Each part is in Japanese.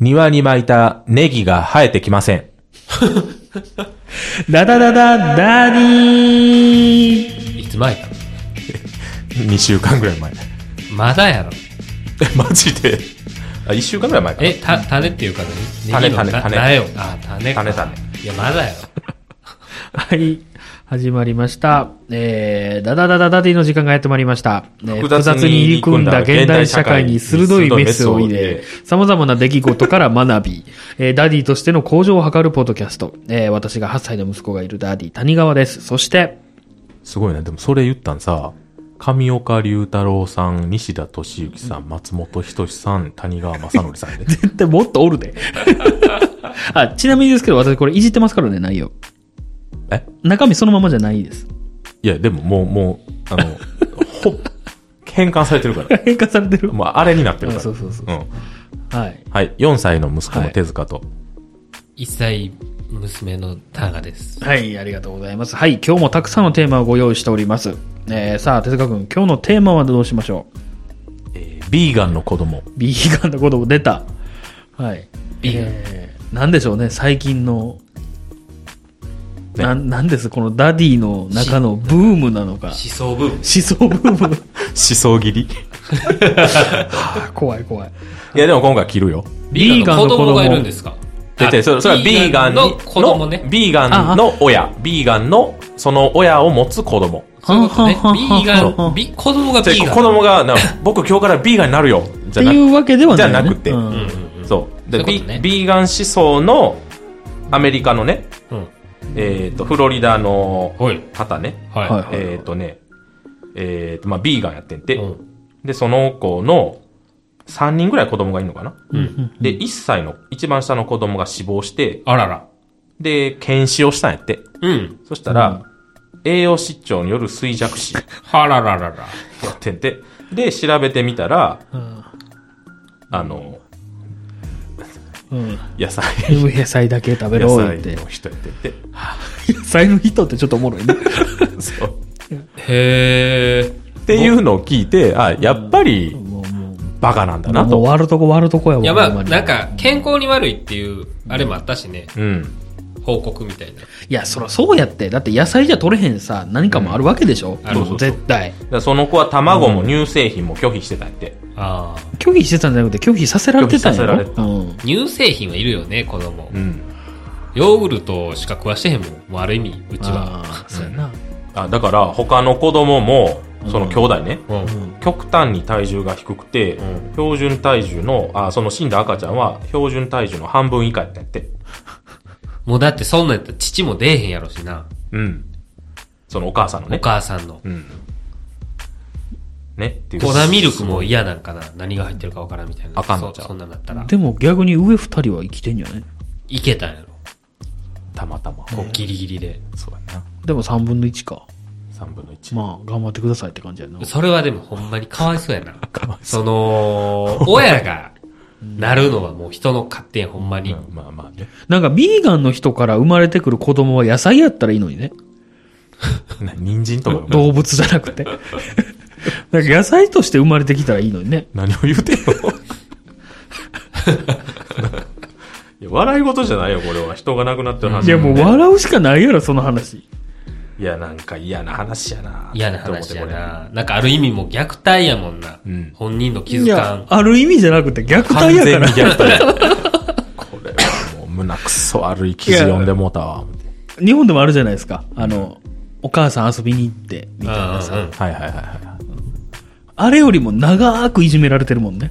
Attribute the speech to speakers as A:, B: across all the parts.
A: 庭に巻いたネギが生えてきません。
B: ダダダダダディー
C: いつ前や
A: 2週間ぐらい 前。
C: まだやろ。
A: え、マジであ、1週間ぐらい前かな。
C: え、た、種っていうか
A: 種
C: 何ネギの
A: 種
C: な
A: 種
C: 苗を。あ、種か。
A: 種種
C: いや、まだやろ。
B: はい。始まりました。えー、ダダダダダディの時間がやってまいりました。えー
A: 複
B: 複
A: 雑
B: 雑
A: に
B: に入り組んだ現代社会に鋭いメスを入
A: 鋭いメ
B: れ
A: スを、
B: 様々な出来事から学び、 えーダディとしての向上を図るポッドキャスト。えー、私が8歳の息子がいるダディ、谷川です。そして、
A: すごいね。でもそれ言ったんさ、上岡龍太郎さん、西田敏行さん、松本人志さん、谷川正則さんで。
B: 絶対もっとおるで。 あ、ちなみにですけど、私これいじってますからね、内容。
A: え
B: 中身そのままじゃないです。
A: いや、でももう、もう、あの、 ほ、変換されてるから。
B: 変化されてる。
A: もうあれになってるから。。
B: あそうそうそうんはい。
A: はい。4歳の息子の手塚と。
C: 一歳娘のタガです。
B: はい、ありがとうございます。はい、今日もたくさんのテーマをご用意しております。えー、さあ、手塚くん、今日のテーマはどうしましょ
A: えービーガンの子 供。
B: うビーガンのことも出た。はい。
C: ビーガン
B: えー、なんでしょうね、最近の、
A: ね
B: ななんです、このダディの中のブームなのか。思
C: 思想部分。
B: 想ブーム。
A: 思想切り。
B: あ怖い怖い。。
A: いや、でも今回切るよ。
C: ビーガンの子供がいるんですすか
A: でで、それそれはビーガンに
C: の子供ね。
A: ビーガンの親。ビーガンの、その親を持つ子供。
C: そういうことね。ビ
B: はんはんはんはん
C: ーガン、ビ、子供がビ
A: で
C: ーガン。
A: 子供が、 な僕今日からビーガンになるよ。じ
B: っ
A: ゃ
B: て
A: なく
B: いうわけではない、ね。
A: じゃなくて
B: うん
A: そう。
C: そうい
A: で
C: うこと
A: ビ
C: ね
A: ビーガン思想のアメリカのね、
C: うん。
A: えっ、と、フロリダの
C: はい。
A: 方ね、
C: はい。
B: はい
A: えっ、とね、えっ、と、まあ、ビーガンやってんて、
C: うん。
A: で、その子の3人ぐらい子供がいるのかな、で、1歳の、一番下の子供が死亡して、
C: あらら。
A: で、検視をしたんやって。
C: うん。
A: そしたら、栄養失調による衰弱死や
C: はらららら。
A: ってんて、で、調べてみたら、
B: うん
A: あの、
B: うん。
A: 野菜、
B: 野菜だけ食べ
A: 野
B: ろ
A: 菜
B: って。
A: の人やってんて。
B: 野菜の人ってちょっとおもろいね。
A: そう。
C: へえ。
A: っていうのを聞いて、あ、やっぱり、
B: もうもう
A: バカなんだな
B: もう
A: と。
B: 割るとこ割るとこやもん
C: いやまあ、
B: に
C: なんか、健康に悪いっていう、あれもあったしね。
A: うん。
C: 報告みたいな。
B: いやそらそうやってだって野菜じゃ取れへんさ何かもあるわけでしょ、
C: んあるそうそう
A: そう
B: 絶対
A: だからその子は卵も乳製品も拒否してたって。
C: ああ。
B: 拒否してたんじゃなくて拒否させられてたんやろ
A: 拒否させら
B: うん、
C: 乳製品はいるよね、子供
A: う。ん。
C: ヨーグルトしか食わしてへんもん。もうある意味、うちは。
B: ああそうやな、
A: あだから、他の子供も、その兄弟ね、
C: うん。
A: 極端に体重が低くて、
C: う
A: 標準体重の、あ、その死んだ赤ちゃんは、標準体重の半分以下やったんやって。
C: もうだってそんなんやったら父も出えへんやろしな。
A: うん。そのお母さんの
C: お
A: ね。
C: 母さんの。
A: うん。ね、っていう。
C: 粉ミルクも嫌なんかな。何が入ってるかわからんみたいな。
A: あかんの
C: そ
A: ちゃう
C: そんなんだったら。
B: でも逆に上二人は生きてんじゃない
C: いけたんやろ。
A: たまたま。
C: こうギリギリで。
A: そうやな。
B: でも3分の1か
A: 3分の1。
B: まあ頑張ってくださいって感じやな
C: それはでもほんまにかわいそうやな。
A: かわい
C: その、 親が、なるのはもう人の勝手やほんまに。
A: うんまあまあね。
B: なんかビーガンの人から生まれてくる子供は野菜やったらいいのにね
A: な人参とか
B: 動物じゃなくてなんか野菜として生まれてきたらいいのにね
A: 何を言うてんの いや笑い事じゃないよ、これは。人が亡くなってる話、
B: いやもう
A: ね
B: 笑うしかないやろその話
A: いや、なんか嫌な話やな。
C: 嫌な話
A: って思
C: や
A: って。
C: な。なんかある意味もう虐待やもんな。
A: うん
C: 本人の気
B: い
C: づか
B: や
C: ん。
B: ある意味じゃなくて虐
A: これ
B: 待
A: 完
B: やか
A: 全に
B: ら
A: 虐待や。これはもう胸くそ悪い記事読んでもうたわ。思って
B: 日本でもあるじゃないですか。あの、お母さん遊びに行って、みたいな
C: うんう
B: さ
C: ん。
A: はいはいはいはい。
B: あれよりも長くいじめられてるもんね。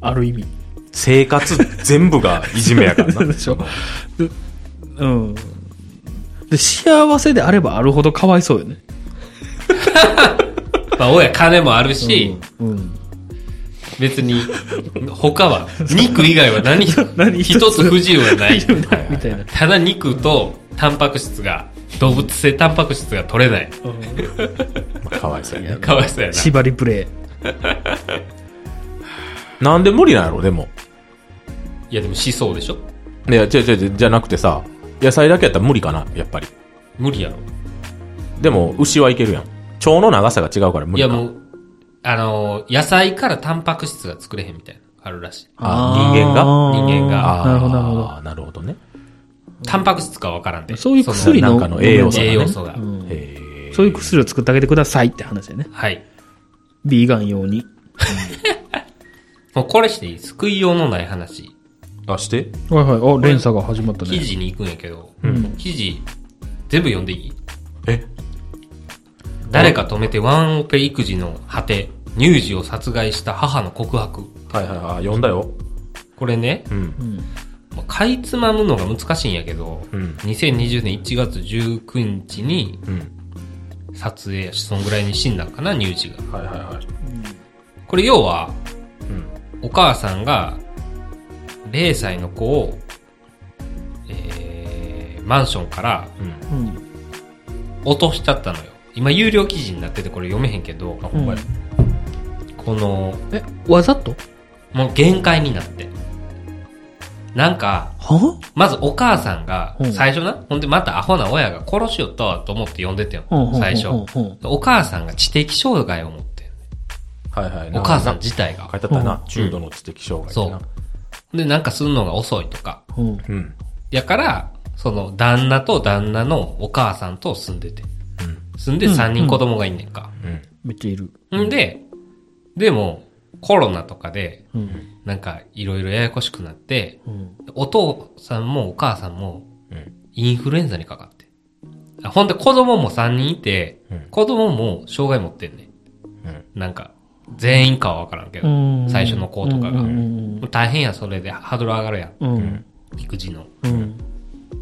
B: ある意味。
A: 生活全部がいじめやからな。
B: でしょ。でうん。で、幸せであればあるほどかわいそうよね。
C: まあ親金もあるし、
B: うん。
C: 別に、他は、肉以外は何、
B: 何
C: 一つ不自由はない。
B: みたいな。
C: ただ肉とタンパク質が、動物性タンパク質が取れない。
A: まあかわいそうやね。
C: かわいそうやな。
B: 縛りプレイ。
A: なんで無理なんやろ、でも。
C: いやでもしそうでしょ
A: いや、違う違う違う、じゃなくてさ、野菜だけやったら無理かな、やっぱり。
C: 無理やろ。
A: でも、牛はいけるやん。腸の長さが違うから無理
C: いや
A: か。
C: もう、あのー野菜からタンパク質が作れへんみたいな。あるらしい。
A: あ人間が
C: 人間が
A: あー
B: なるほど、なるほど。。
A: なるほどね。
C: タンパク質かわからんで。
B: そういう
C: そ
B: 薬の
A: なんかの栄養素が、ね。
C: 栄養素が
B: うん
A: へー
B: そういう薬を作ってあげてくださいって話だよね。
C: のはい。
B: ビーガン用に。
C: もうこれしていい救いようのない話。
A: あ、して
B: はいはい。あ、連鎖が始まった
C: 記
B: ね。
C: 事に行くんやけど、記事、全部読んでいい
A: え
C: 誰か止めてワンオペ育児の果て、乳児を殺害した母の告白。
A: はいはいはい。読んだよ。
C: これね、
A: うん。
C: まあかいつまむのが難しいんやけど、
A: うん
C: 2020年1月19日に
A: うん。
C: 撮影やし、そんぐらいに死んだんかな、乳児が。
A: はいはいはい。
C: これ要は、
A: うん。
C: お母さんが、0歳の子を、えー、マンションから
A: うん。
B: うん。
C: 落としちゃったのよ。今、有料記事になっててこれ読めへんけど、
A: あ、ほんまや。
C: この、
B: え、わざと
C: もう限界になって。なんか、
B: は
C: まずお母さんが
B: う、ん
C: 最初な、ほんでまたアホな親が殺しよったわと思って呼んでてよ、最初。お母さんが知的障害を持ってる。
A: はいはい。
C: お母さん自体
A: 書
C: が。
A: いてあったな
B: う。
A: 重度の知的障害ってな。
C: で、なんかするのが遅いとか。
B: うん。
A: うん。
C: やから、その、旦那と旦那のお母さんと住んでて。住んで3人子供がいんねんか。
A: うん。
B: めっちゃいる。
C: んで、でも、コロナとかで、
B: うん。
C: なんか、いろいろややこしくなって、
B: うん。
C: お父さんもお母さんも
A: うん。
C: インフルエンザにかかって。あほんで子供も3人いて、
A: うん
C: 子供も障害持ってんね。
A: うん。
C: なんか、全員かはわからんけど、最初の子とかが。
B: う
C: も
B: ん。
C: う大変や、それでハードル上がるやん。
B: うん。
C: 育児の。
B: うん。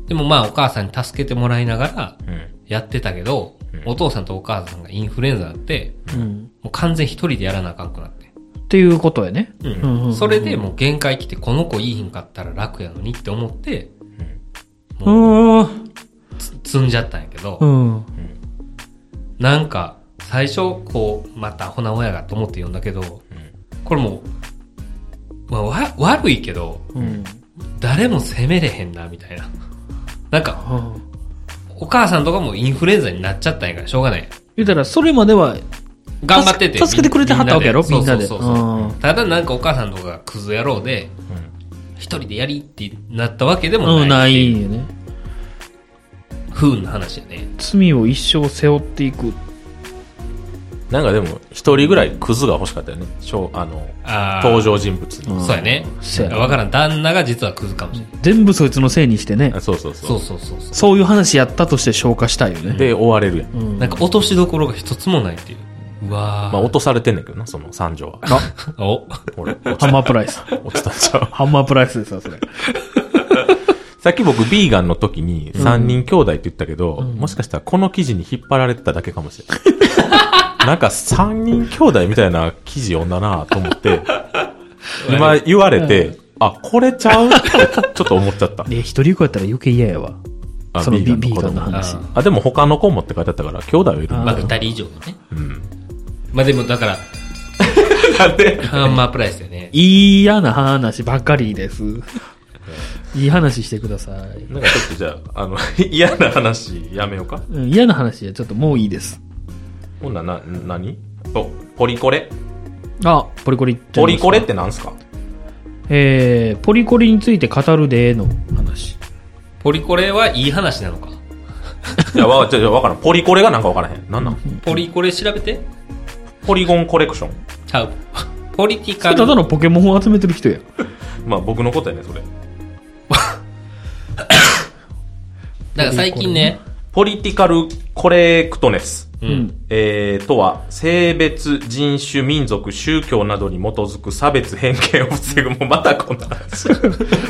C: でもまあお母さんに助けてもらいながら
A: うん。
C: やってたけど、
A: うん
C: お父さんとお母さんがインフルエンザになって、
B: うん。
C: もう完全一人でやらなあかんくなって。
B: っていうことやね。
C: うん
B: うんうん
C: それでもう限界来て、この子いいひんかったら楽やのにって思って、
B: う。
C: もうん積んじゃったんやけど、
B: うん。
C: なんか、最初、こう、またアホな親がと思って読んだけど、これもう、まあ、わ悪いけど、
B: うん。
C: 誰も責めれへんな、みたいな。なんか、お母さんとかもインフルエンザになっちゃったんやから、しょうがない。
B: 言うたら、それまでは、
C: 頑張って
B: 助
C: て。
B: け助けてくれてはったわけやろみんなで。
C: そうそうそうそう
B: うん
C: ただなんかお母さんとかがクズ野郎で、一人でやりってなったわけでも
B: うん、
C: な。
B: ないいよね。
C: 不運な話やね。
B: 罪を一生背負っていく。
A: なんかでも、一人ぐらいクズが欲しかったよね。しょうあの、
C: あー
A: 登場人物に。
C: そうやね。
B: そうやね
C: わからん。旦那が実はクズかもしれない。
B: 全部そいつのせいにしてね
A: あ。そうそうそ
C: そうう。そうそうそう。
B: そういう話やったとして消化したいよね。
A: で、追われるやん。
C: なんか落としどころが一つもないっていう。うわー。
A: まあ、落とされてんねんけどな、その三女は。
C: お。
A: 俺、
B: ハンマープライス。
A: 落ちたんちゃう。
B: ハンマープライスですわ、それ。
A: さっき僕、ビーガンの時に3人兄弟って言ったけど、もしかしたらこの記事に引っ張られてただけかもしれない。 なんか3人兄弟みたいな記事読んだなと思っ て、今言われて、あ、これちゃうってちょっと思っちゃった。
B: で、一人っ子やったら余計嫌やわ。
A: あ
B: その
A: ビ
B: ビ
A: ーガンの
B: ビーガンの
A: 子供
B: 話。
A: あ、でも他の子もって書いてあったから、兄弟はいるん
C: まあ、
A: だ。
C: 二人以上のね。まあでも、だから、
A: なんで
C: ハンマープライスだよね。
B: 嫌な話ばかりです。いい話してくださ い。
A: なんかちょっとじゃあ、あの、 嫌な話やめようか。
B: うん嫌な話はちょっともういいです。
A: ほんなら、な、なにお、ポリコレ
B: あ、ポリコリいっちゃ
A: ポリ
B: いますか
A: コレってなんすか
B: えー、ポリコリについて語るでの話。
C: ポリコレはいい話なのか。
A: いや、わ、ちょ、ちょ、わからん。ポリコレがなんかわからへん。なんなん
C: ポリコレ調べて。
A: ポリゴンコレクション。
C: ちゃう。ポリティ
B: そ
C: カ
B: れただ
C: ル。
B: のポケモンを集めてる人や。
A: まあ僕のことやね、それ。
C: だから最近ね、
A: ポリティカルコレクトネス。
C: う。
B: うんん。
A: えー、とは、性別、人種、民族、宗教などに基づく差別、偏見を防ぐ。もうまたこんな話。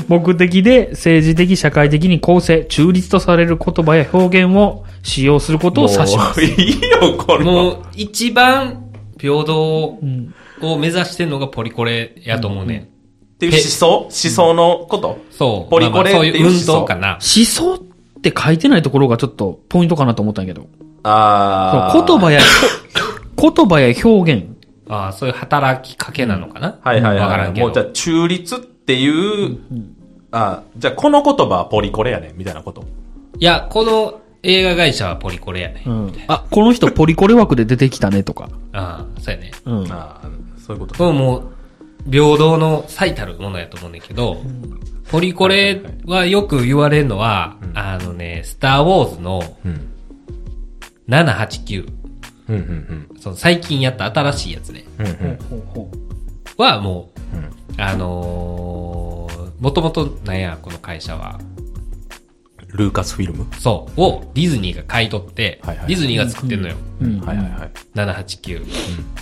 B: 目的で政治的、社会的に公正、中立とされる言葉や表現を使用することを指します。
A: もういいよ、これは。
C: もう、一番平等
B: うん。
C: を目指してんのがポリコレやと思うね。
A: っていう思想思想のこと
C: そう。
A: ポリコレ
C: まあまあそう
A: って
C: い
A: いう
C: う
A: 思
C: 運
A: 想
C: 動かな。
B: 思想って書いてないところがちょっとポイントかなと思ったんやけど。
A: あー。
B: 言葉 や、言葉や表現。
C: ああ、そういう働きかけなのかな。
A: はいはい
C: わか
A: は
C: ら
A: い。
C: んけ
A: もうじゃあ
C: ど。
A: 中立っていう、あーじゃあこの言葉はポリコレやね、みたいなこと。
C: いや、この映画会社はポリコレやね。
B: うん。あ、この人ポリコレ枠で出てきたねとか。
C: ああ、そうやね。
B: うん。
A: あーそういうこと。
C: これもう、平等の最たるものやと思うねんだけど、ポリコレはよく言われるのは、
A: ん
C: あのね、スターウォーズの
A: うん。
C: 789、
A: うん、うん、
C: その最近やった新しいやつね、
A: うん。うん、うん。
B: ほうほう
C: はもう、
A: うん
C: あのー、もともとなんや、この会社は。
A: ルーカスフィルム。
C: そう、をディズニーが買い取って、
A: はいはい
C: ディズニーが作ってんのよ。
B: うん
A: はいはいはい。
C: 789、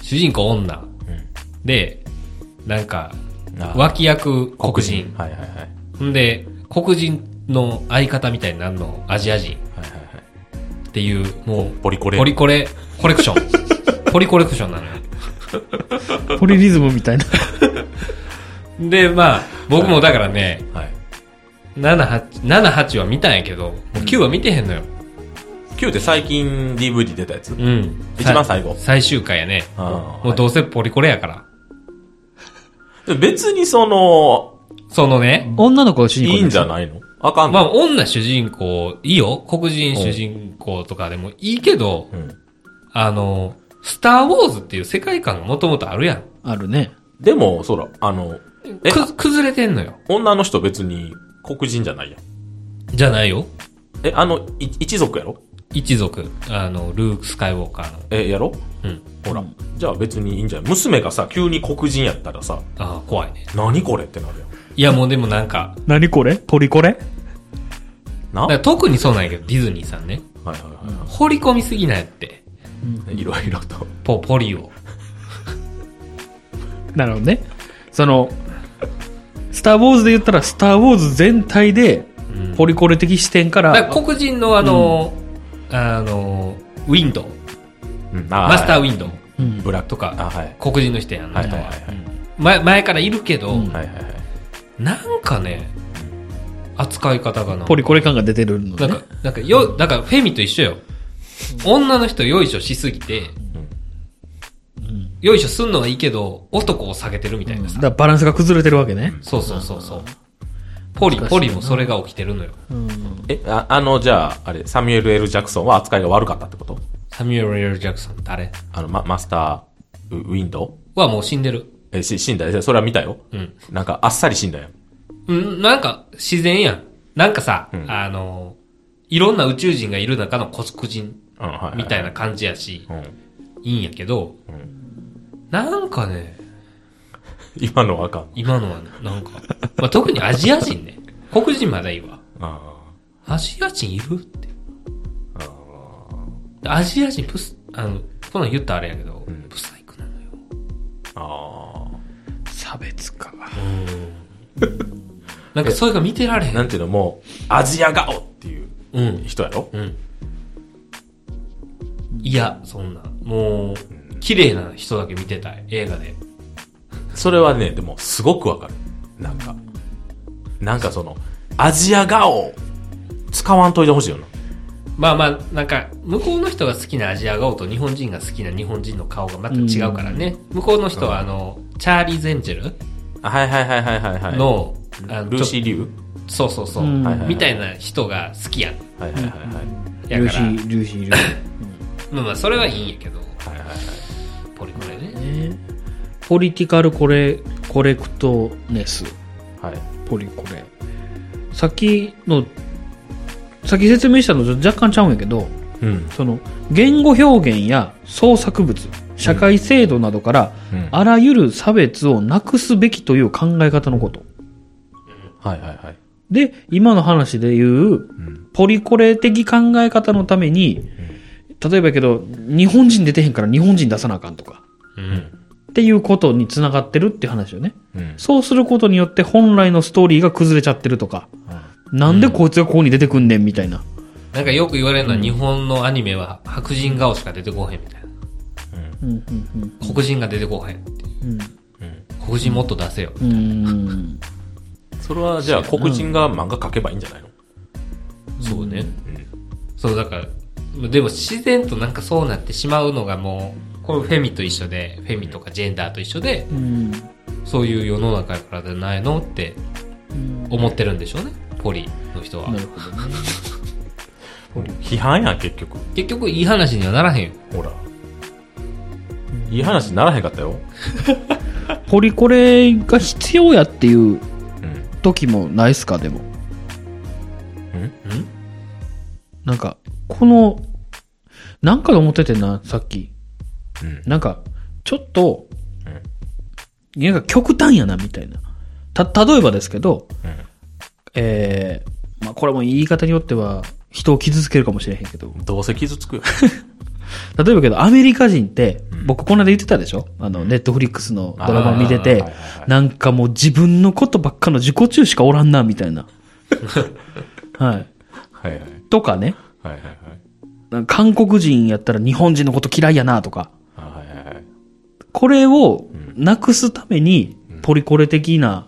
C: 主人公女。
A: ん
C: で、なんか、
A: あー
C: 脇役黒人。
A: はいはいはい。はい
C: んで、黒人の相方みたいになるの、アジア人
A: はいはい。
C: っていう、もう、
A: ポリコレ。
C: ポリコレ、コレク ション。ポリコレクションなのよ。
B: ポリリズムみたいな。
C: で、まあ、僕もだからね、
A: はい。
C: 78、78は見たんやけど、もう9は見てへんのよ。
A: Q って最近 DVD 出たやつ。
C: うん。
A: 一番最後
C: さ最終回やね。
A: あー
C: もうどうせポリコレやから。
A: 別にその、
C: そのね、
B: 女の子を主人公
A: いいんじゃ
B: い
A: ないのあかん
C: ま
A: の、
C: あ、女主人公、いいよ。黒人主人公とかでもいいけど、
A: うん、
C: あの、スターウォーズっていう世界観がもともとあるやん。
B: あるね。
A: でも、そら、あの、え
C: く、崩れてんのよ。
A: 女の人別に黒人じゃないやん。
C: じゃないよ。
A: え、あの、い一族やろ
C: 一族。あの、ルーク・スカイウォーカーの。
A: え、やろ
C: うん。
A: ほら、
B: うん
A: じゃあ別にいいんじゃない娘がさ、急に黒人やったらさ、
C: ああ、怖いね。
A: 何これってなるやん。
C: いや、もうでもなんか、
B: 何これポリコレ
A: な
C: だから特にそうなんやけど、ディズニーさんね。
A: はいはいはいは
C: 掘り込みすぎないって。
A: い。いろいろと。
C: ポ、ポリを。
B: なるほどね。その、スター・ウォーズで言ったら、スター・ウォーズ全体で、
C: うん
B: ポリコレ的視点か
C: だ
B: ら、
C: から黒人のあの、あの、ウィンドウ。
A: うん、
C: マスターウ
A: ィ
C: ィンドウ。
B: うん
A: ブラック
C: とか
A: あ、はい。
C: 黒人の人やん、あの
A: はい
C: 人
A: はいは
C: は。
A: い
C: 前、前からいるけど、
B: うん
A: はい。はいはいはい。
C: なんかね、扱い方がな。
B: ポリコレ感が出てるの
C: なん
B: ね
C: か。、なんか、よ、だからフェミと一緒よ。女の人よいしょしすぎて、よいしょすんのはいいけど、男を下げてるみたいな
B: だ
C: さ。
B: からバランスが崩れてるわけね。
C: そうそうそうそう。ポリ、
B: 難しい
C: ポ
B: な
C: リもそれが起きてるのよ。
B: うん
A: え、ああの、じゃあ、あれ、サミュエル・ L ・ジャクソンは扱いが悪かったってこと
C: サミュエル・ L ジャクソン誰
A: あの、ま、マスターウ・ウィンドウ
C: はもう死んでる。
A: え、し、死んだよ。それは見たよ。
C: うん。
A: なんか、あっさり死んだよ。
C: うん、なんか、自然やん。なんかさ、
A: うん
C: あの、いろんな宇宙人がいる中のコスク人
A: うん、はい、
C: みたいな。感じやし、
A: うん。
C: いいんやけど、
A: うん。
C: なんかね、
A: 今のはあかん。
C: 今のはねなんか、まあ、特にアジア人ね。黒人まだいいわ。
A: あ
C: アジア人いるって。
A: あ。あ
C: アジア人プス、あの、こんなん言ったらあれやけど、
A: うん
C: プサイクなのよ。
A: あ。あ
B: 差別か。
C: なんかそれが見てられへ。
A: あ。なんんていうの、もう、アジア顔っていう
C: うん。
A: 人やろ
C: うん。いや、そんな。もう、綺麗な人だけ見てたい。映画で。
A: それはね、でも、すごくわかる。なんか、なんかその、アジア顔、使わんといてほしいよな。
C: まあまあ、なんか、向こうの人が好きなアジア顔と日本人が好きな日本人の顔がまた違うからね。向こうの人はあの、チャーリー・ゼンジェ
A: あはいはいはいはいはい、はい。
C: ル、の、あの
A: ルーシー・リュ
C: そうそうそう、
B: うん
A: はいはい
C: みたいな人が好きやん。
A: ウはいはいはいはい。
C: や
B: 粒
C: か
B: 子
C: ら、、
B: 粒子、粒
C: まあまあ、それはいいんやけど、
A: はいはいはい。
C: ポリコレね。
B: 子ね。ポリティカルコレ、コレクトネス。
A: はい。
B: ポリコレ。さっきの、さっき説明したのと若干ちゃうんやけど、
A: うん。
B: その、言語表現や創作物、社会制度などから、
A: うん
B: あらゆる差別をなくすべきという考え方のこと。
A: はいはいはい。
B: で、今の話で言う、
A: うん。
B: ポリコレ的考え方のために、例えばやけど、日本人出てへんから日本人出さなあかんとか、
C: うん。
B: っていうことにつながってるって話よね。
A: うん。
B: そうすることによって本来のストーリーが崩れちゃってるとか、なんでこいつがここに出てくんねんみたいな。
C: なんかよく言われるのは、日本のアニメは白人顔しか出てこへんみたいな。
B: うん、うん、
C: 黒人が出てこへんってい
B: う
C: う。
B: ん。
C: 黒人もっと出せよ。
B: うん。うん。
A: それはじゃあ黒人が漫画描けばいいんじゃないの
C: そうね。
A: うん。
C: そう、だから、でも自然となんかそうなってしまうのがもう、これフェミと一緒で、フェミとかジェンダーと一緒で、
B: うん。
C: そういう世の中やからじゃないのって思ってるんでしょうね。ポリの人は
B: な。るほどね。
A: 批判やん、結局。
C: 結局いい話にはならへんよ。
A: ほら。いい話にならへんかったよ。
B: ポリコレが必要やっていう
A: うん。
B: 時もないっすかでも
C: ん
B: なんかこのなんかで思っててんなさっき
A: うん。
B: なんかちょっと
A: うん
B: なんか極端やなみたいなた例えばですけど
A: う
B: えーまあこれも言い方によっては人を傷つけるかもしれへんけど
A: ん。どうせ傷つくよ。
B: 例えばけど、アメリカ人って
A: う、ん
B: 僕この間言ってたでしょあの、ネットフリックスのドラマを見て
A: あー
B: て
A: はいはいは、い
B: なんかもう自分のことばっかの自己中しかおらんな、みた いな。はい。
A: はいはい。
B: とかね。
A: はいはいはい。
B: なんか韓国人やったら日本人のこと嫌いやな、とか。
A: あはいはい はい。
B: これをなくすために、ポリコレ的な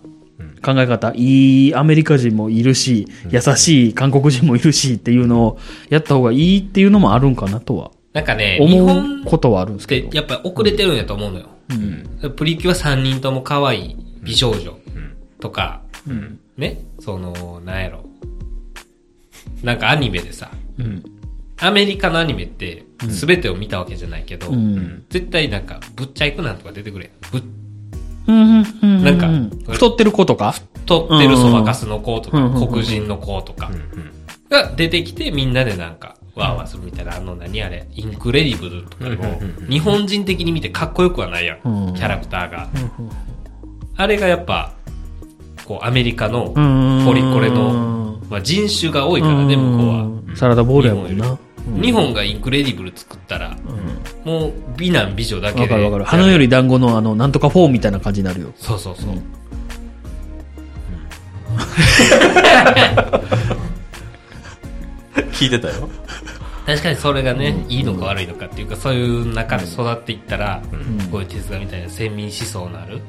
B: 考え方、いいアメリカ人もいるし、優しい韓国人もいるしっていうのをやった方がいいっていうのもあるんかなとは、
C: なんかね、日
B: 思
C: 本
B: うことはあるんですけ
C: で
B: ど。
C: やっぱり遅れてるんやと思うのよ。プリキュア3人とも可愛い美少女とか、ね、その、なんやろ。なんかアニメでさ、
B: うん。
C: アメリカのアニメって全てを見たわけじゃないけど、
B: うん。
C: 絶対なんか、ぶっちゃいくなんとか出てくれ。ぶっ
B: うんうんうん
C: なんか
B: うん太ってる子とか
C: とってるそばかすの子と
B: う
C: か
B: んうん、
C: 黒人の子とか
A: うんうん。
C: が出てきてみんなでなんか、わーわーするみたいな、あの何あれ、インクレディブルとかも
A: うんうんう、ん
C: 日本人的に見てかっこよくはないやん、キ
B: うん
C: ャラクターが。あれがやっぱ、こう、アメリカの、ポ
B: ポ
C: リコレの、まあ、人種が多いからね、向こうは。
B: はサラダボールやもんな
C: 日本がインクレディブル作ったら、もう美男美女だけ
B: わ
C: で。
B: かるわかる花より団子のあのなんとかフォーみたいな感じになるよ
C: そうそうそう。
A: 聞いてたよ。
C: 確かにそれがね、いいのか悪いのかっていうか、そういう中で育っていったら、こういう哲学みたいな先民思想のある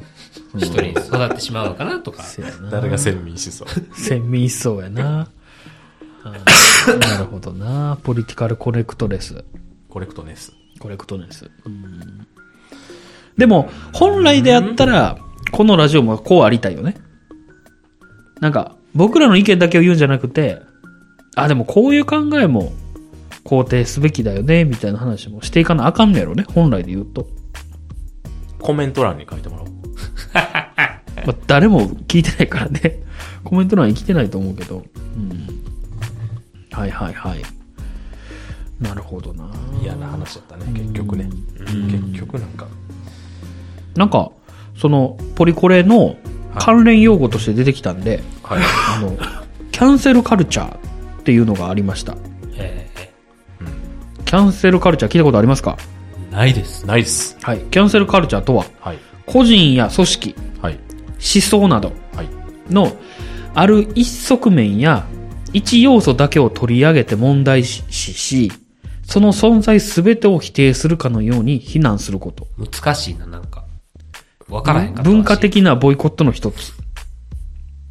C: 人に育ってしまうのかなとか。
B: せやな
A: 誰が先民思想。
B: セミ一層やなうんなるほどなポリティカルコレクトレス
A: コレクトネス。
B: コレクトレスうんでも本来であったらこのラジオもこうありたいよねなんか僕らの意見だけを言うんじゃなくてあでもこういう考えも肯定すべきだよねみたいな話もしていかなあかんのやろね本来で言うと、
A: コメント欄に書いてもらおう。
B: まあ誰も聞いてないからね コメント欄に来てないと思うけど、うん、はいはいはいなるほどな
A: 嫌な話だったね、結局ね。結局なんか。
B: なんかそのポリコレの関連用語として出てきたんで、
A: はい。
B: あの、キャンセルカルチャーっていうのがありました。
C: ええ
B: キャンセルカルチャー聞いたことありますか
C: ないです。
A: ナイス。
B: はい。キャンセルカルチャーとは、
A: はい。
B: 個人や組織、
A: はい。
B: 思想など
A: はい。
B: のある一側面や一要素だけを取り上げて問題視し、その存在すべてを否定するかのように非難すること。
C: 難しいな、なんか。わからへんかったらしい
B: 文化。的なボイコットの一つ。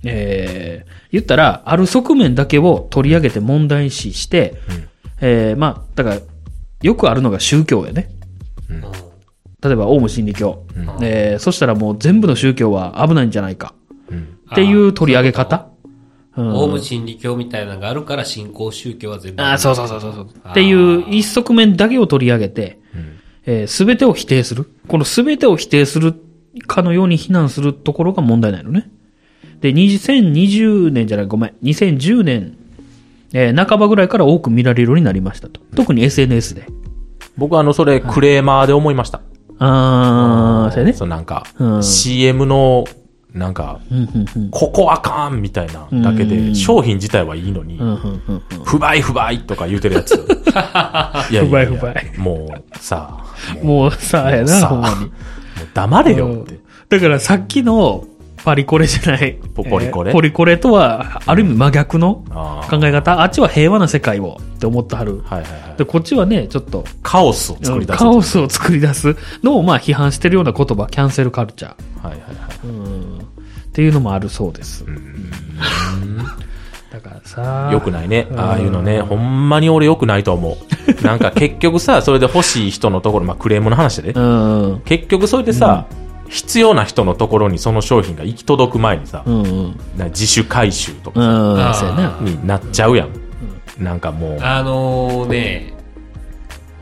B: えー、言ったら、ある側面だけを取り上げて問題視して、
A: うん
B: えー、まあ、だから、よくあるのが宗教やね。
A: うん
C: うん
B: 例えば、オウム真理教。
A: うん
B: えー、そしたらもう全部の宗教は危ないんじゃないか。
A: うん。
B: っていう取り上げ方うん
C: オウム真理教みたいなのがあるから、信仰宗教は全部。
B: あーそう
C: う。
B: そうそうそうそう。っていう一側面だけを取り上げて、
A: うん。
B: えー、全てを否定する。この全てを否定するかのように非難するところが問題ないのね。で、2020年じゃない、ごめん、2010年、えー、半ばぐらいから多く見られるようになりましたと。特に SNS で。
A: 僕あの、それ、クレーマーで思いました。
B: あー、そうやね。
A: そうなんか
B: う、ん
A: CM の、なんか、
B: うん、うん、うん。
A: ここあかんみたいなだけ
B: う
A: で、
B: ん
A: 商品自体はいいのに
B: う、ん、うん、うん。
A: 不買不買とか言うてるや つ。いやいやいや
B: 不買不買
A: もう、さあ、もう
B: もうさ、あれやな、
A: さあ
B: ほんまに。
A: 黙れよっ
B: う
A: て
B: ん。だからさっきのパリコレじゃない。
A: ポポリコレ
B: えーポリコレとは、ある意味真逆の
A: あー
B: 考え方。あっちは平和な世界をって思ってはる。
A: はいはいはい
B: で、。こっちはね、ちょっと、
A: カオスを作り出す。
B: カオスを作り出すのをまあ批判してるような言葉、キャンセルカルチャー。
A: はいはいはい。
B: うん。っていうのもあるそうです。だからさ、
A: よくないね。ああいうのね。ほんまに俺よくないと思 う。なんか結局さ、それで欲しい人のところ、まあクレームの話で
B: う
A: ね。
B: ん。
A: 結局それでさ、必要な人のところにその商品が行き届く前にさ
B: う、んうん。
A: な自主回収と
B: う
A: か
B: ん。
C: あー
B: そうやな。
A: になっちゃうやん。なんかもう、
C: あのーね、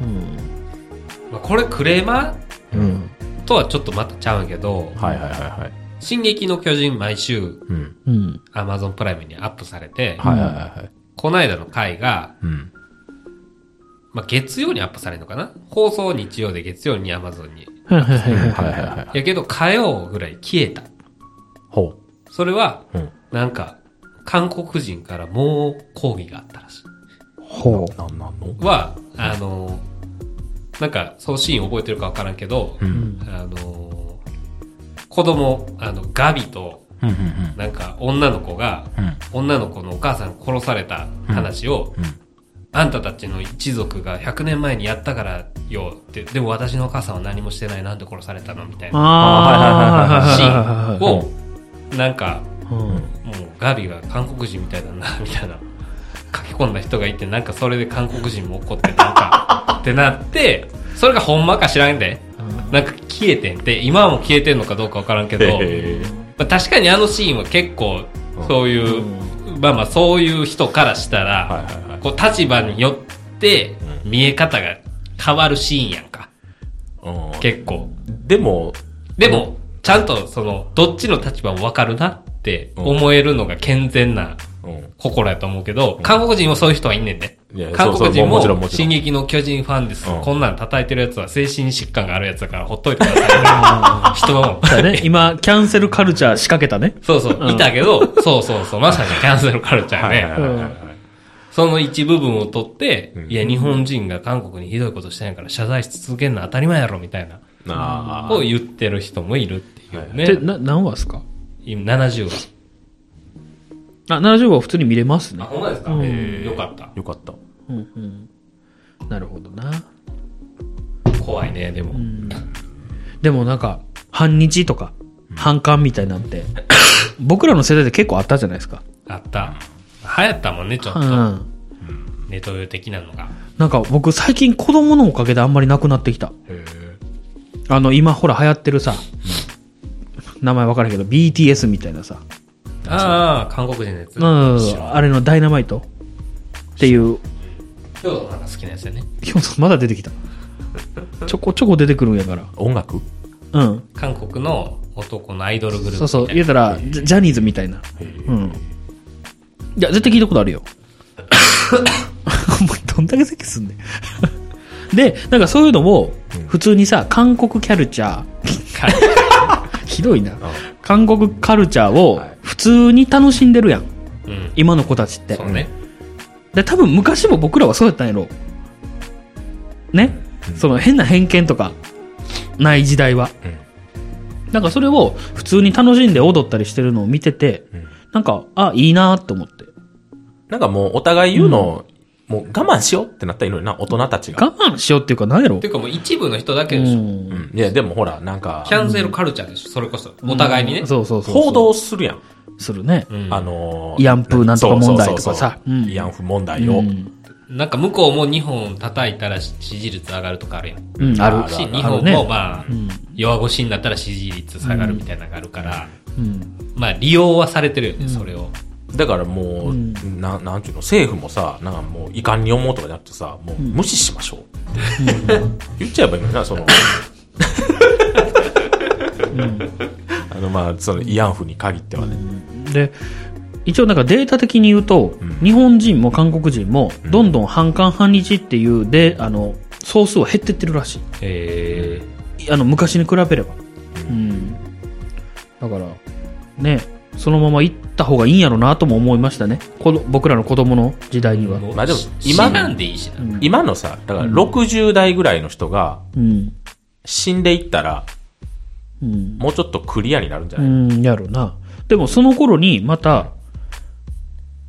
B: うん。
C: まあこれクレーマー
B: うん。
C: とはちょっとまたちゃうんやけど、
A: はいはいはいはい。
C: 進撃の巨人毎週
A: うん。
B: うん。
C: Amazon プライムにアップされて、
A: はいはいはいはい。
C: この間の回が、
A: うん。
C: まあ、月曜にアップされるのかな放送日曜で月曜に Amazon に。
B: はいはいはい
A: はい
B: は
A: はいはい。
C: やけど火曜ぐらい消えた。
A: ほ
C: それは、
A: う。うん。
C: なんか、韓国人からもう抗議があったらしい。
B: い。ほう。
A: なんなんの
C: は、あの、なんか、そのシーン覚えてるかわからんけど、
A: うん。
C: あの、子供、あの、ガビと、
A: うんうんうん。
C: なんか、女の子が、
A: うん。
C: 女の子のお母さん殺された話を、あんたたちの一族が100年前にやったからよって、でも私のお母さんは何もしてない、なんで殺されたのみたいなシーン
B: あ
C: を、なんか、
B: ー。はいはいはいはい。うん
C: もうガビが韓国人みたいだな、みたいな、書き込んだ人がいて、なんかそれで韓国人も怒って、なんか、ってなって、それがほんまか知らんで、なんか消えてんて、今はもう消えてんのかどうかわからんけど、
A: へ
C: まあ、確かにあのシーンは結構そういう、まあまあそういう人からしたら、
A: はいはいはい
C: こう立場によって見え方が変わるシーンやんか
A: ーうん。
C: 結構
A: でも、
C: でもちゃんとそのどっちの立場もわかるなって思えるのが健全な
A: うん。
C: 心やと思うけど、韓国人もそういう人はいんねんで
A: いや。
C: 韓
A: そう
C: 国
A: そう
C: 人
A: もちろんも
C: も、
A: ちろ
C: 進
A: ん
C: 撃の巨人ファンです。
A: うん
C: こんなん叩いてるやつは精神疾患があるやつだからほっといてくださ い。人も。
B: そうだね。今、キャンセルカルチャー仕掛けたね。
C: そうそう、
B: うん
C: いたけど、そうそうそう、まさにキャンセルカルチャー
A: はいはい
C: ね。
A: はいはい。
C: その一部分を取って、
A: うん
C: いや、日本人が韓国にひどいことしてないから謝罪し続けるのは当たり前やろ、みたいな、
A: な
C: を言ってる人もいるっていうね。
B: で、な、何話ですか
C: 今70は。
B: あ、70話普通に見れますね。
C: ほんまですか、
B: うん
C: へーよかった
A: あ。よかった。
B: うんうん。なるほどな。
C: 怖いね、でも。
B: でもなんか、反日とか、反感みたいなんて、 僕らの世代で結構あったじゃないですか。
C: あった。流行ったもんね、ちょっ
B: う
C: と。
B: ん。
C: ネトウヨ的なのが。
B: なんか僕最近子供のおかげであんまりなくなってきた。
A: へ
B: あの、今ほら流行ってるさ、名前わからんけど、BTS みたいなさ、
C: ああ、韓国人のやつ。
B: う
C: 知
B: ん、
C: らん
B: あれのダイナマイトっていう、
C: ヒョウのなんか好きなやつよね。
B: ヒョンさんまだ出てきた。ちょこちょこ出てくるんやから。
A: 音楽
B: うん。
C: 韓国の男のアイドルグループみたい
B: そ
C: な。
B: うそう、言えたら、ジャジャニーズみたいな。うん。いや、絶対聞いたことあ るよ。お前、どんだけ咳すんねん。 で、なんかそういうのも、普通にさ、韓国キャルチャ
C: 韓国
B: ー、ひどいな。韓国カルチャーを普通に楽しんでるやん。
C: うん。
B: 今の子たちって
C: そ。うね。
B: で、多分昔も僕らはそうやったんやろ。ね、その変な偏見とか、ない時代は。なんかそれを普通に楽しんで踊ったりしてるのを見てて、
A: ん
B: なんか、あ、いいなと思って。
A: なんかもうお互い言うの、もう我慢しようってなったらいいのにな、大人たちが。
B: 我慢しようっていうか何やろ
C: ていうかもう一部の人だけ
B: う
C: でし
B: ん
C: ょ。
A: うん。いや、でもほら、なんか
C: キ、ャンセルカルチャーでしょ、それこそ。お互いにね。
B: そうそうそうそう。
A: 報道するやん。
B: するね。
C: うん
A: あの
B: 慰安婦なんとか問題とかさ
A: そうそうそう
B: うん
A: 慰安婦問題を。
B: うん
C: なんか向こうも日本叩いたら支持率上がるとかあるやん。
B: うん、ある。
C: し、
A: ある
C: 日
B: あ
C: 本
B: るね
C: もまあ、弱腰になったら支持率下がるみたいなのがあるから、
B: うん。
C: まあ利用はされてるよね、それを。
A: だからもう、ななんちゅうの、政府もさ、なんかもう遺憾に思うとかじゃなくてさ、もう無視しましょう。 言っちゃえばいいのにな、その。 あの、まあ、その慰安婦に限ってはね。
B: で、一応なんかデータ的に言うと、日本人も韓国人も、どんどん反韓反日っていうで、あの、総数は減ってってるらしい。
C: へ
B: あの昔に比べれば、うん、だからねそのまま行った方がいいんやろなとも思いましたねこの僕らの子供の時代には、
C: ー
A: まあでも今
C: 今なんでいいしな。
A: 今のさ、だから60代ぐらいの人が
B: うん
A: 死んでいったら、
B: うん
A: もうちょっとクリアになるんじゃ
B: う
A: ない、
B: んやろなでもその頃にまた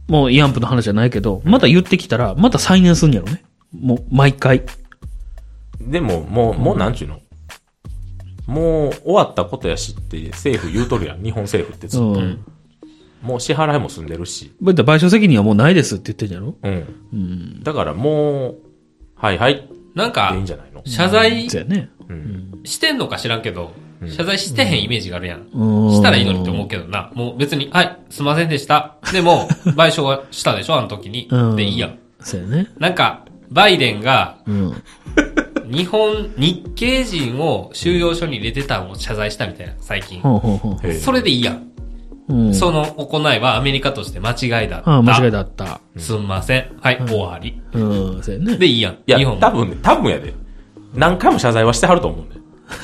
B: もうイアンプの話じゃないけどまた言ってきたらまた再燃するんやろねもう毎回
A: でも、もう、もうなんちゅうのもう終わったことやしって政府言うとるやん。日本政府ってずっ
B: う
A: と。
B: ん
A: もう支払いも済んでるし。
B: だって賠償責任はもうないですって言ってんやろ
A: うん。
B: うん
A: だからもう、はいはい、
C: なん
A: で
C: か
A: いいん、じゃないの
C: 謝罪
B: そうやね
A: うん。
C: してんのか知らんけど、謝罪してへんイメージがあるやん。
B: うん
C: したらいいのにって思うけどな。もう別に、はい、すいませんでした。でも、賠償はしたでしょ、あの時に
B: うん。
C: で、いいやん。
B: そうやね
C: なんか、バイデンが、
B: うん
C: 日本、日系人を収容所に入れてたんを謝罪したみたいな、最近。
B: ほうほうほ
A: へえ
C: それでいいやん。
B: う。うん。
C: その行いはアメリカとして間違いだった。
B: ああ、間違いだった。
C: すんません。はい、終わり。
B: うん、そうやね。
C: で、いいやん。
A: い
C: 日
A: や、
C: 本
A: 多
C: も。
A: 分ね、多分やで。何回も謝罪はしてはると思うね。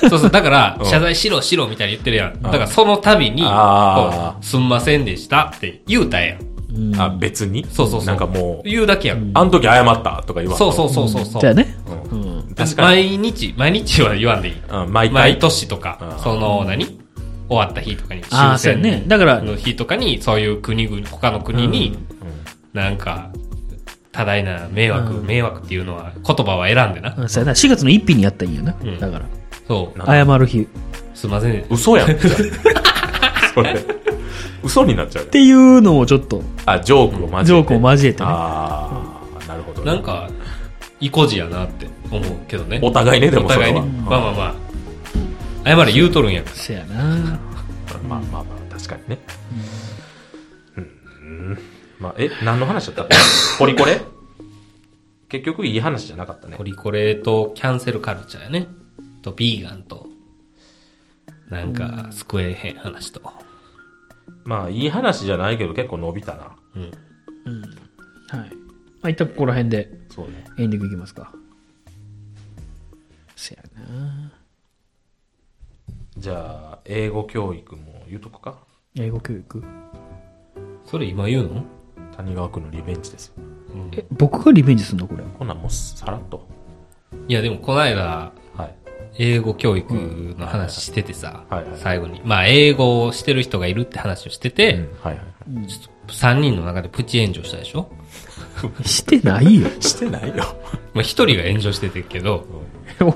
C: そうそう、だから
A: う、ん
C: 謝罪しろしろみたいに言ってるやん。だから、その度に、
A: あー
C: こうすんませんでしたって言うたやん。
B: うん
A: あ、別に
C: そうそうそう。
A: なんかもう、
C: 言うだけやん。
A: あの時謝ったとか言わんと
C: そうそうそうそうそう。
B: じゃあね。
A: う
B: うんん。
A: 確かに。
C: 毎日、毎日は言わんでいい。
A: うん毎回。
C: 毎年と
A: う
C: か
A: ん、
C: その、何終わった日とかに、
B: ああ、
C: 終
B: そうや
C: 戦
B: ね。だから、
C: の日とかに、そういう国々、他の国に、なんか、多大な迷惑、
B: うん
C: 迷惑っていうのは、言葉は選んでな。
B: うんそうやな。4月の一日にやったんやな。
C: ん
B: だから、
C: そう。
A: な
B: 謝る日。っ
C: すいません。
A: 嘘やん。 じゃあそれ。嘘になっちゃうよ。
B: ていうのをちょっと、
A: あ、ジョークを交えて。
B: ジョークを交えてね
A: ああ、なるほどね。
C: なんか、意固地やなって思うけどね。
A: お互いね、で
C: お
A: もそ
C: 互
A: れ
C: いね。
A: は。
C: まあまあまあ。謝れ言うとるんやか
B: そうやな。
A: うんまあまあまあ、確かにね。うん。まあ、え、何の話だったっけポリコレ結局いい話じゃなかった
C: ら。
A: ね
C: ポ。リコレとキャンセルカルチャーやね。と、ビーガンと、なんか、救えへん話と。
A: まあ、いい話じゃないけど結構伸びたな。
C: うん。
B: うん。はい。まあ、一旦ここら辺で
A: そうね。
B: エンディングいきますか。そうやな。
A: じゃあ、英語教育も言うとくか
B: 英語教育。
C: それ今言うの
A: 谷川君のリベンジです。
C: うん。
B: え、僕がリベンジすんのこれ。
A: こんなんもうさらっと。
C: いや、でもこないだ、
A: はい。
C: 英語教育の話しててさ、
A: はいはい
C: 最後に。まあ、英語をしてる人がいるって話をして
A: う
C: て
A: ん、はいはいは
C: 3人の中でプチ炎上したでしょ
B: してないよ。
A: い。してないよ。
C: まあ、一人が炎上しててんけど、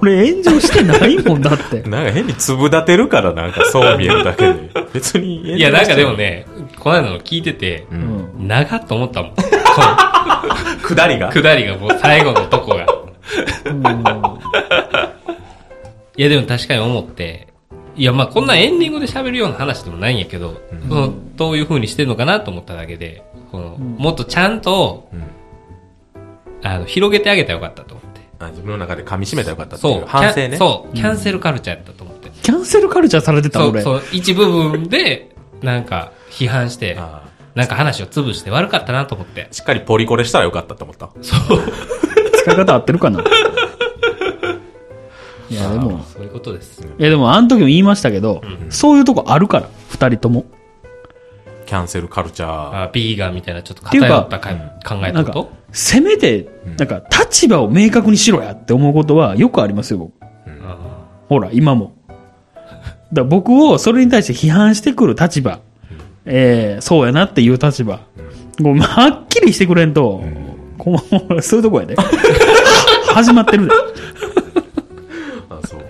B: 俺炎上してないもんだって。
A: なんか変に粒立てるからなんかそう見えるだけ で。別に
C: いや、なんかでも。ね、こないだの聞いてて、
A: う。
B: うんん。
C: 長っと思ったもん。この
A: 下りが
C: 下りがもう最後のとこが。いや、でも確かに思って、いや、まあこんなエンディングで喋るような話でもないんやけど、そのどういう風にしてるのかなと思っただけで、このもっとちゃんと、
A: うん
C: あの、広げてあげたらよかったと思って。
A: あ自分の中で噛み締めたらよかったって
C: そ
A: いう
C: う、
A: 反省
C: キャ
A: ね。
C: ンそう、キャンセルカルチャーやったと思って。
B: キャンセルカルチャーされてた
C: そう、
B: 俺。
C: そう、一部分で、なんか、批判して、
A: あ
C: なんか話を潰して悪かったなと思って
A: あ。しっかりポリコレしたらよかったと思った。
B: 使い方合ってるか ないや、でも。
C: そういうことです。
B: いやでもあの時も言いましたけど、そういうとこあるから二人とも
A: キャンセルカルチャー。
C: あビーガンみたいなちょっと
B: っていうか
C: 偏ったか考え
B: な
C: た
B: ん
C: こ
B: か
C: と
B: せめて
A: ん
B: なんか立場を明確にしろやって思うことはよくありますよ僕
C: あ
B: ほら今もだから僕をそれに対して批判してくる立場、えーそうやなっていう立場、ごめんはっきりしてくれんと、こん、ほらそういうと こやで始まってるで
A: あそう。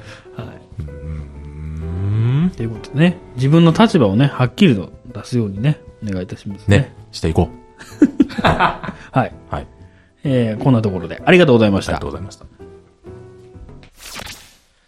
B: ということでね自分の立場をねはっきりと出すようにねお願いいたしますね
A: ね。していこう。
B: はい、
A: はい。
B: えーこんなところでありがとうございまし
A: ありが
B: た
A: とうございました。